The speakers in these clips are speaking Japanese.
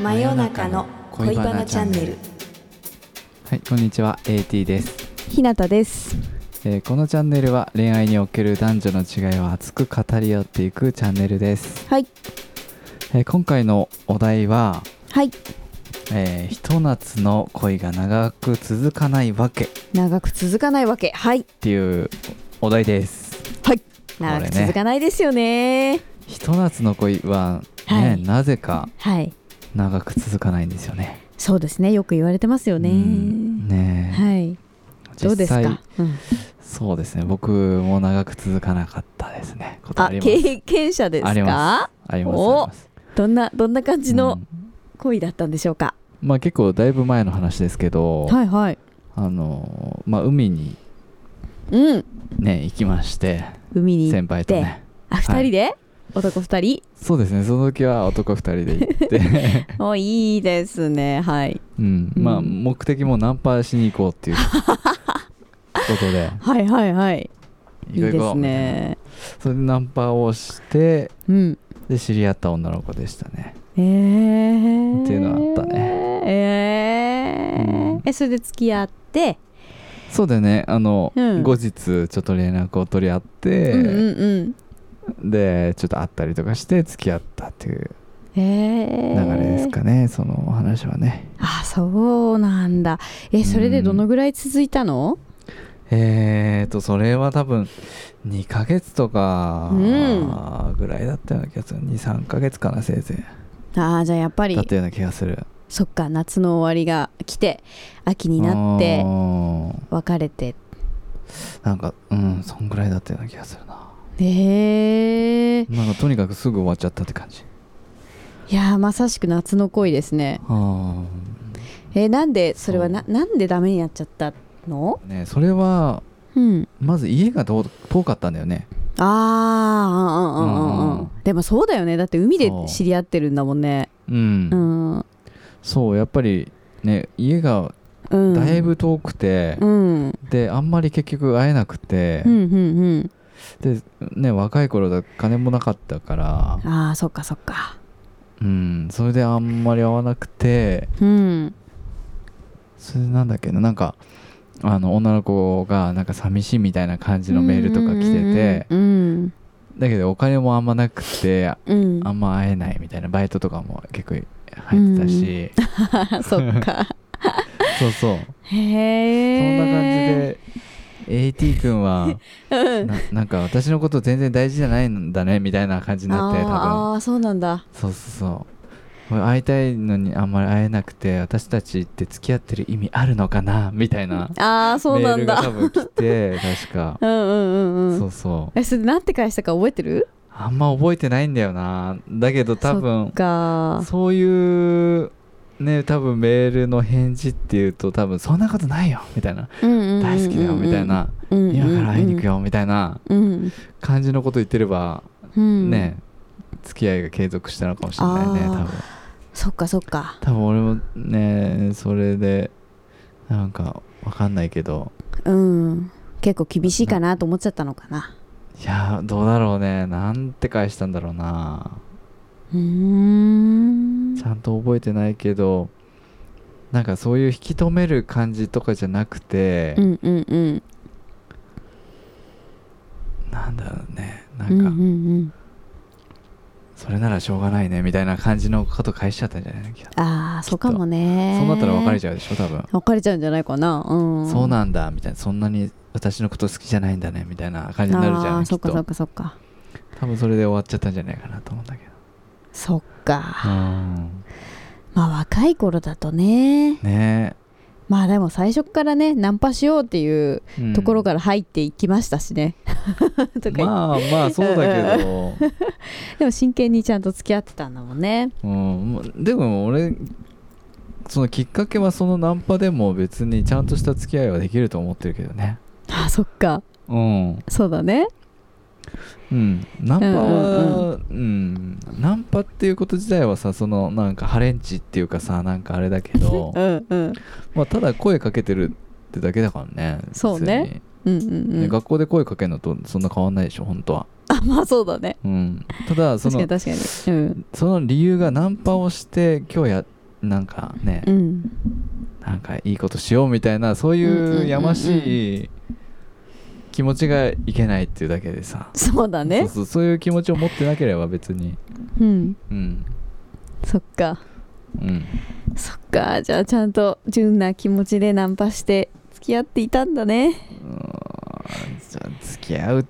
真夜中の恋バナチャンネルはい、こんにちは、AT です、ひなたです。えーこのチャンネルは恋愛における男女の違いを熱く語り合っていくチャンネルです、はい。えー今回のお題は、はい。えーひと夏の恋が長く続かないわけっ長く続かないわけ。はい。ていうお題です長これくね続かないですよね。ひと夏の恋はね、はいなぜかはい。長く続かないんですよねそうですね。よく言われてますよね。うんねえはい。どうですか。うん、そうですね僕も長く続かなかったですねことああります経験者ですありまか。ありますおありますどんなどんな感じうのん恋だったんでしょうか。まあ結構だいぶ前の話ですけど、いはい。あのまあ海にうん。ね行きまして海に先輩と行ねあ二人で、男二人。そうですねその時は男2人で行って おいいですね。はいうんまあうん目的もナンパしに行こうっ ていうことではいはいはい。いい行こう行でこすうみたいなね。それでナンパをしてうん。で知り合った女の子でしたねえー、っていうのあったねえーうんえそれで付き合って、そうでねあの、うん後日ちょっと連絡を取り合って、うんうんでちょっと会ったりとかして付き合ったっていううんえ流ー、れですかね、そのお話はねあそうなんだえそれでどのぐらい続いたの、えーと、それは多分2ヶ月とかうんぐらいだったような気がする。2、3ヶ月かな、せいぜああじゃあやっぱい。だっりたような気がする。そっか夏の終わりが来て秋になっうてーん別れてなんか、うん、そんぐらいだったような気がするな。えー、なんか、とにかくすぐ終わっちゃったって感じ。いやーまさしく夏の恋ですねあーえなんでそれはななんでダメになっちゃったのね、それは、うんまず家が遠遠かったんだよね。あーうんうんうんうんううんんでもそうだよねだって海でそう知り合ってるんだもんねうん。うん、うん、そう、やっぱり、ね、家がだいぶ遠くてう、んうんで、あんまり結局会えなくて、うんうんで、ね、若い頃だ金もなかったから、ああそっかそっかうん、それであんまり合わなくてうんそれでなんだっけななんかあの女の子がなんか寂しいみたいな感じのメールとか来ててうんだけどお金もあんまなくてうんうんうんあんま会えないみたいなバイトとかも結構入ってたし、あそっ かそうそへうそんなえ感じで AT 君はそんな感ななんか私のこと全然大事じゃないんだねみたいな感じになって多分ああそうなんだそうそうそう俺会いたいのにあんまり会えなくて私たちって付き合ってる意味あるのかなみたいなああそうメなーんルがだ多分来て確か、うん うんうんうそんうそうえそれで何て返したか覚えてるあんま覚えてないんだよなだけど多分かそういうね多分メールの返事っていうと多分そんなことないよみたいな大大好きだよみたいな今から会いに行くよみたいなうん感じのこと言ってればうんね付き合いが継続したのかもしれないねあ多ー分そっかそっか多分俺もねそれでなんかわかんないけどうん結構厳しいかなと思っちゃったのかないやーどうだろうねなんて返したんだろうなうーんちゃんと覚えてないけどなんかそういう引き止める感じとかじゃなくて、うんうんうんなんだろうねなうんうんかんそれならしょうがないねみたいな感じのこと返しちゃったんじゃないの気がああそうかもねそうなったら別れゃちゃうでしょ多分、う別れちゃうんじゃないかなうんそうなんだみたいなそんなに私のこと好きじゃないんだねみたいな感じになるじゃあんーきそっっかそっとかそっか多分それで終わっちゃったんじゃないかなと思うんだけどそっかうんまあ若い頃だとねねまあでも最初からねナンパしようっていうえ、うんところから入っていきましたしね とか言っまあまあそうだけ ど、でも真剣にちゃんと付き合ってたんだもんねうん、までも俺そのきっかけはそのナンパでも別にちゃんとした付き合いはできると思ってるけどねあーそっかうん、そうだねうん、ナンパうんは、うんナンパっていうこと自体はさそのなんかハレンチっていうかさなんかあれだけ どう、んうんまあ、ただ声かけてるってだけだからねそうねうんうん別にねうん学校で声かけるのとそんな変わんないでしょ本当は、あ まあそうだねうん、ただそ確かのに確かにうんその理由がナンパをして今日やなんかね、うんなんかいいことしようみたいなそううんうんうんういんうやましい気持ちがいけないっていうだけでさそうだそうねそうそういう気持ちを持ってなければ別にうんうんそっかうんそっかじゃあちゃんと純な気持ちでナンパして付き合っていたんだねじゃあ付き合うっ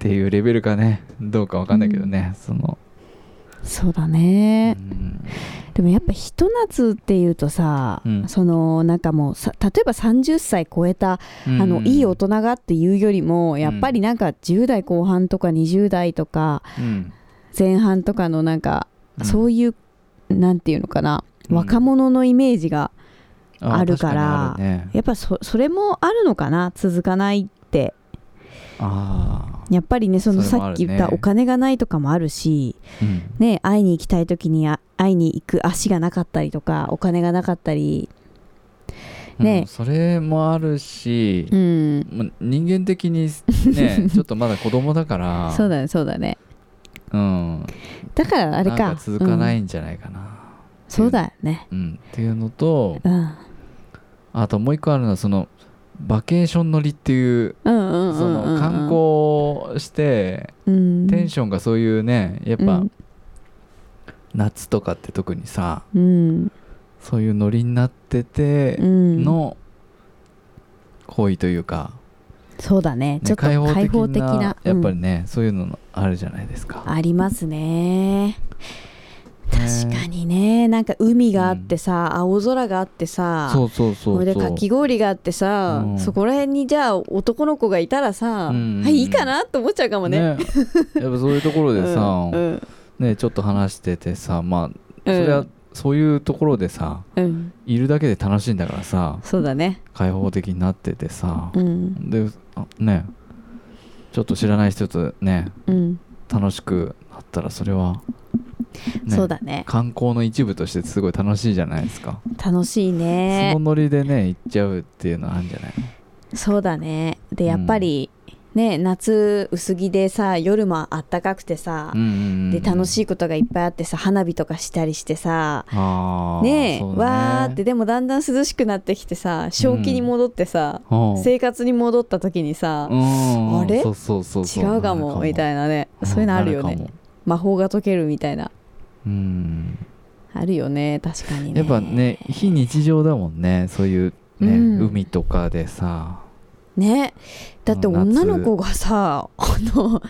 ていうレベルかねどうかわかんないけどね、その、そうだうね、ん、でもやっぱひと夏っていうとさ、うんそのなんかもうさ例えば30歳超えたあのいい大人がっていうよりもやっぱりなんか10代後半とか20代とかうん、前半とかのなんかそういう、なんていうのかなうん若者のイメージがうんあるからあ確にあるねやっぱそそれもあるのかな続かないってあやっぱりねそのそれもあさっるねき言ったお金がないとかもあるしーうんね会いに行きたい時にあ会いに行く足がなかったりとかお金がなかったりねうんそれもあるし、うんま人間 的にねちょっとまだ子供だからそうだねそうだねうん、だからあれかなんか続かなうんいんじゃないかな、そうだよねうんっていうのとうんあともう一個あるのはそのバケーション乗りっていううんうんうんうんそうんの観光してうんテンションがそういうねやっぱうん夏とかって特にさうんそういうノリになっててうんの行為というか、そうだねちょね、っと開開放放的的ななやっぱりうんねそういうのあるじゃないですか。ありますね確かねにねなんか海があってさ、青空があってさそうそうそうこれでそかうき氷があってさ、うんそこら辺にじゃあ男の子がいたらさ、うんうんうんはいいいかなって思っちゃうかもね。やっぱそういうところでさ、うんうんねちょっと話しててさまあうそんれはそういうところでさうん、いるだけで楽しいんだからさそうだね、開放的になっててさう、んであねちょっと知らない人とねうん楽しくなったらそれは、ねそうだね観光の一部としてすごい楽しいじゃないですか、楽しいねそのノリでね行っちゃうっていうのはあるんじゃないそうだねでうんやっぱり、ね夏薄着でさ夜もあったかくてさ、うんうんうでん楽しいことがいっぱいあってさ花火とかしたりしてさ、あーねえそうだわーってでもだんだん涼しくなってきてさ正気に戻ってさ、うん生活に戻った時にさ、うんあれそうそうそうそう違うかもみいたいなねそういうのあるよね魔法が解けるみたいなうんあるよね確かにねやっぱね非日常だもんねそういうね、うん海とかでさねだってうん夏女の子がさあの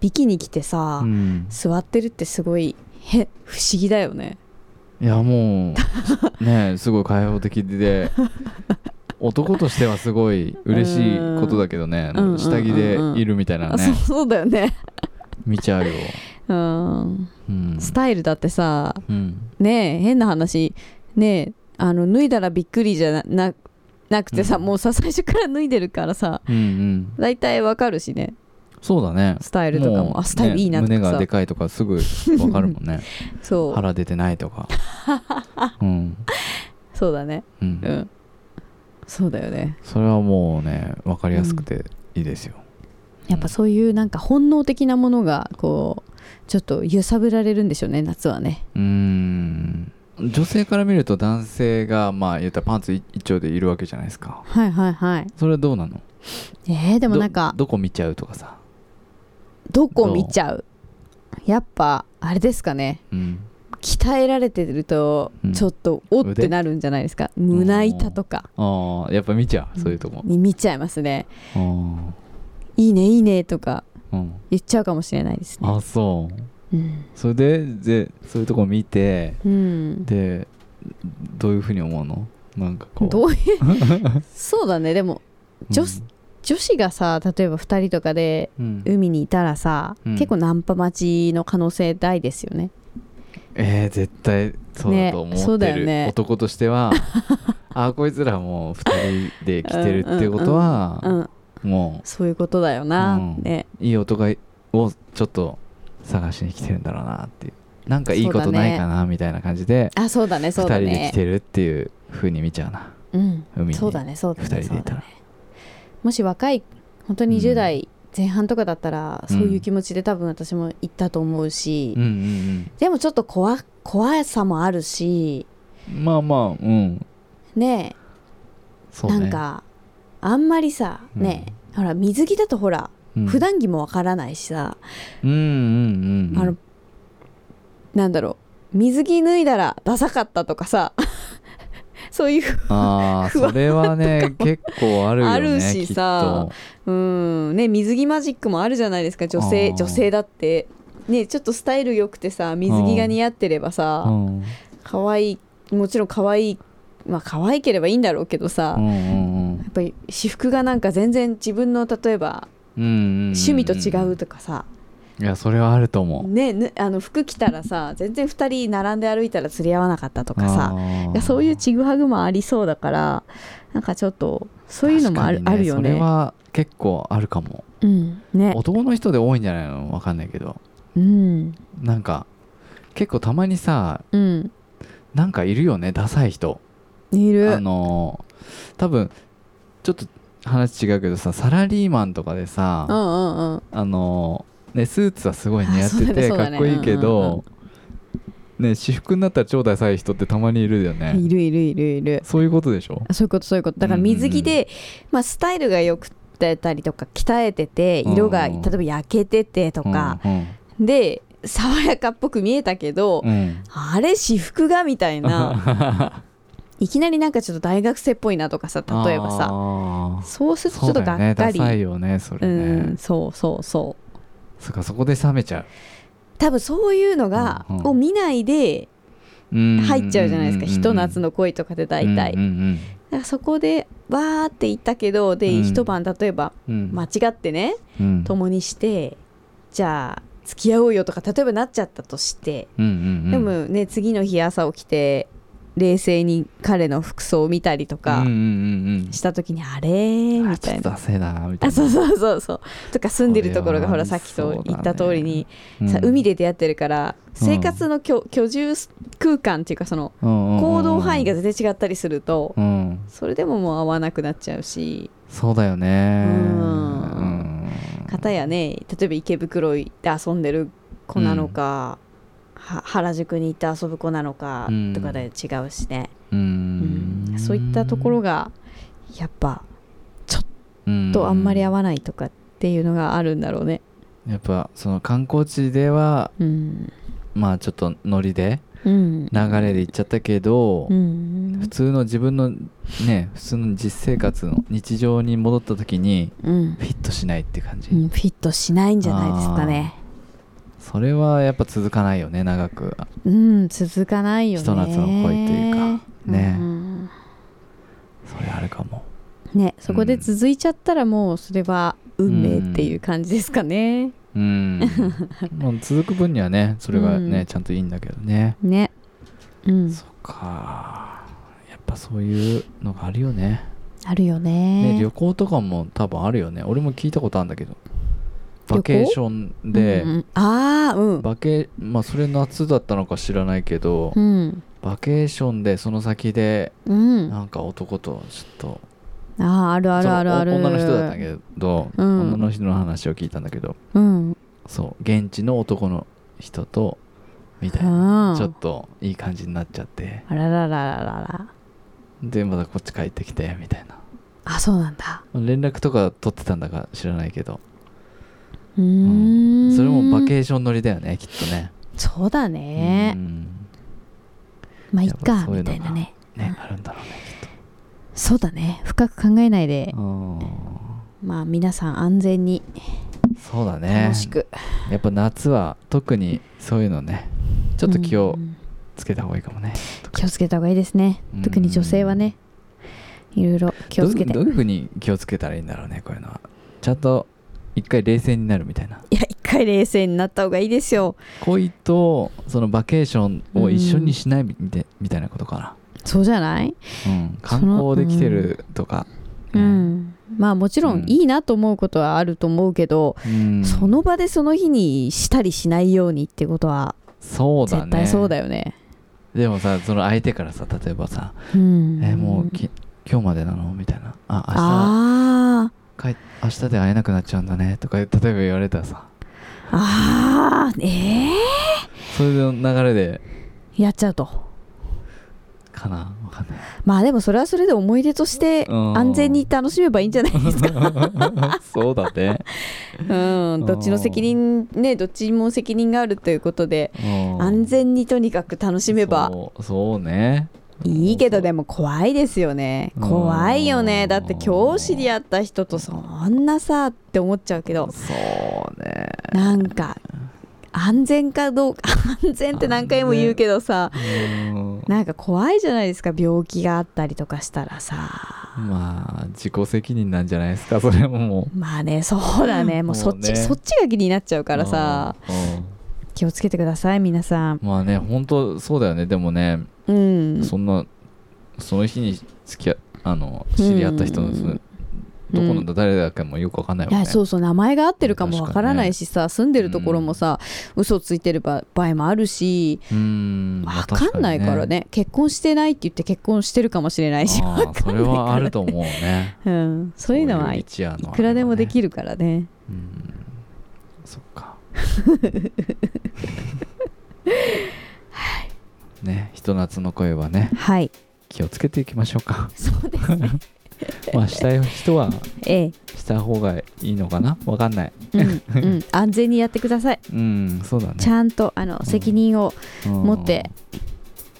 ビキに来てさ、うん座ってるってすごいへ不思議だよねいやも うねすごい開放的で男としてはすごい嬉しいことだけどねうん下着でいるみたいなあそうねそうだよね見ちゃうよ、うんうんスタイルだってさうんねえ変な話ねえあの脱いだらびっくりじゃなななくてさ、うんもうさ最初から脱いでるからさうんうん大体わかるしねそうだねスタイルとかもうあスタイルいいなとねか胸がさ、でかいとかすぐわかるもんねそう腹出てないとかうん、そうだねう、うんんそうだよねそれはもうねわかりやすくていいですよ、やっぱそういうなんか本能的なものがこうちょっと揺さぶられるんでしょうね夏はねうーん女性から見ると男性がまあ言ったらパンツ一一丁でいるわけじゃないですかはいはいはいそれはどうなのえー、でもなんかどどこ見ちゃうとかさ、どこ見ちゃうやっぱあれですかねうん、鍛えられてるとうんちょっとおってなるんじゃないですか、胸板とかああやっぱ見ちゃうそういうとこ、に見ちゃいますねあーいいねいいねとかうん、言っちゃうかもしれないですねあそううん、それででそういうとこ見てうん、でどういうふうに思うのなんかこうどういうそう だねでも女子女子がさ例えば2人とかでうんうん海にいたらさ、うん結構ナンパ待ちの可能性大ですよねえー、絶対そうだと思ってる、ねそうだよね男とし てはあーこいつらもう2人で来てるってことは、うんもそういうことだよな、うんねういい男をちょっと探しに来てるんだろうなっていうなんかいいこそとうだねないかなみたいな感じで、あそうだね二そうだ人で来ねてるっていう風に見ちゃうなうん海にそうだねそうだね二人でそいたらうだねもし若い本当にう20ん代前半とかだったらそういう気持ちで多分私も行ったと思うし、うんうんでもちょっと怖怖さもあるしうんまあまあうんねそうなねんかあんまりさうんね、ほら水着だとほらうん普段着もわからないしさ、うんうんうんあのなんだろう水着脱いだらダサかったとかさ そういうあー 不安それはね結構あるよねあるしさうんね水着マジックもあるじゃないですか女あ性ー女性だってねちょっとスタイル良くてさ水着が似合ってればきっさと、うん可愛いもちろん可愛いまあ可愛ければいいんだろうけどさ、うやんうんうんっぱり私服がなんか全然自分の例えば趣趣味と違うとかさ、いやそれはあると思うねぬあの服着たらさ全然2人並んで歩いたら釣り合わなかったとかあさーいやそういうちぐはぐもありそうだからなんかちょっとそういうのもある,、確かあにるよね。それは結構あるかもうん、ね、男の人で多いんじゃないのわかんないけどうんなんか結構たまにさうん、なんかいるよねダサい人いあるのー多分ちょっと話違うけどさサラリーマンとかでさうんうんうんあのーねスーツはすごい似合ってあてそうだねそうかだっねこいいけうんうんどね私服になったら超ダサい人ってたまにいるよねいるいるいるいるそういうことでしょそういうことそういうことだから水着で、まあ、スタイルがよくてたりとか鍛えてて色がう例んえば焼けててとか、うんで爽やかっぽく見えたけど、うんうんあれ私服がみたいなはいきなりなんかちょっと大学生っぽいなとかさ 例えばさあーそうするとちょっとがっかりそうだよね、ダサいよねそれね、うんそうそうそうそっかそこで冷めちゃう多分そういうのが、うんうんを見ないで入入っちゃうじゃないですか、ひと夏のの恋とかで大体、うんだからそこでわーって言ったけどで、うん一晩例えばうんうん、間あ、違ってねうん、共にしてじゃあ付き合おうよとか例えばなっちゃったとして、うんうんうん、でもね次の日朝起きて冷静に彼の服装を見たりとかうんうんうんした時に、あれーうん、みたいあちょっとな。ダセえなみたいあなそうそうそうそうとか住んでるところがこほれらはさっきそうとだね言った通りに、うんさ海で出会ってるから生活の居,、居住空間っていうかその行行動範囲が全然違ったりすると、うんうんうん、それでももう合わなくなっちゃうしそうだよねうんうん片やね例えば池袋行って遊んでる子なのか、は原宿に行って遊ぶ子なのかうんとかで違うしね、ううんんそういったところがやっぱとあんまり合わないとかっていうのがあるんだろうね。うんやっぱその観光地ではうんまあちょっとノリでうん流れで行っちゃったけど、うん普通の自分のね普通の実生活の日常に戻った時にうんフィットしないって感じ、うんフィットしないんじゃないですかね。それはやっぱ続かないよね長くうん続かないよね。ひと夏の恋というかねうんそれあるかもねそこで続いちゃったらもうそれは運命っていう感じですかね。うん まあ続く分にはねそれがね、うんちゃんといいんだけどねね。うん、そっかやっぱそういうのがあるよねあるよねね。旅行とかも多分あるよね俺も聞いたことあるんだけど旅行バケーションで、うんうんああ、うん。バケまあそれ夏だったのか知らないけど、うん。バケーションでその先でうん。あなんか男とちょっとあ、あるあるあるある。そのお女の人だったけど、うん女の人の話を聞いたんだけどうん。そう現地の男の人とみたいあなーちょっといい感じになっちゃってあらららららら。でまたこっち帰ってきてみたいなあ、そうなんだ。連絡とか取ってたんだか知らないけど、うー。うんそれもバケーション乗りだよねきっとね、そうだねう。んまあ、いっやっぱか、そういみうのたがいなね。ねあるんだろうねきっそうだね。深く考えないでと、まあ、皆さん安全にうんそうだね楽しく。やっぱ夏は特にそういうのねちょっと気をうんつけた方がいいかもね、気をつけた方がいいですねうん。特に女性はね、いろいろ気をつけて。いどういうどういうふうに気をつけたらいいんだろうねこういうのはちゃんと一回冷静になるみたいなや、一回冷静になった方がいいですよ。恋とそのバケーションを一緒にしないみたいみたいなことかそうじゃないな、うん、観光で来てるとか、うねん、まあもちろうんんいいなと思うことはあると思うけど、うんその場でその日にしたりしないようにってことはそうだね絶対そうだよね。でもさその相手からさ例えばさ「うんえもうき今日までなの?」みたいな「あ明あ日帰明日で会えなくなっちゃうんだねとか例えば言われたらさあーえそれの流れでー、やっちゃうとかなわかんないまあでもそれはそれで思い出としてうん安全に楽しめばいいんじゃないですか そうだねうんどっちの責任ねどっちも責任があるということでうん安全にとにかく楽しめばそうそうねいいけどでも怖いですよねうん怖いよねだって今日知り合った人とそんなさって思っちゃうけどそうねなんか安全かどうか 安全って何回も言うけどさうんなんか怖いじゃないですか病気があったりとかしたらさまあ自己責任なんじゃないですかそれももまあねそうだねもうそっもうちねそっちが気になっちゃううからさうん気をつけてください皆さんまあね本当そうだよねでもね、うんそんなその日に付き合あの知り合った人の、うんそのどこの誰だかもよくわかんないいもんやねそうそう名前が合ってるかも確かわにねからないしさ、住んでるところもさ、嘘ついてる場場合もあるしうーんまあわかんないからね,、確結婚してないって言って結婚してるかもしれないしかにねあわーかそんれないはかあらると思うねうん、 そういうのはそい一夜のあれはねくらでもできるからねうんそっかねひと夏の声はねはい気をつけていきましょうかそうですね まあしたい人はえした方がいいのかなわかんないえ、うんうん、安全にやってくださいうんそうだねちゃんとあのん責任を持持って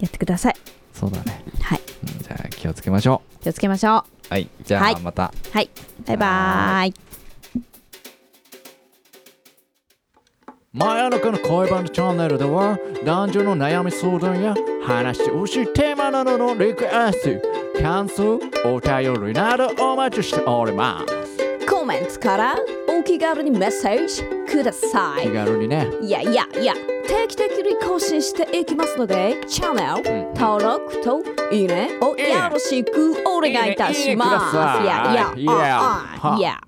やってくださいそうだねはいうんじゃあ気をつけましょ気をつけましょうはいじゃはあいまた、うはいバイバーイ真夜中の恋バナチャンネルでは男女の悩み相談や話してほしいテーマなどのリクエスト感想お便りなどお待ちしておりますコメントからお気軽にメッセージくださ気い。軽にねいやいやいや、定期的に更新していきますので、チャンネル登録といいねをよろしくお願いいたします。いいねいいねくださいやいや、いやああいや。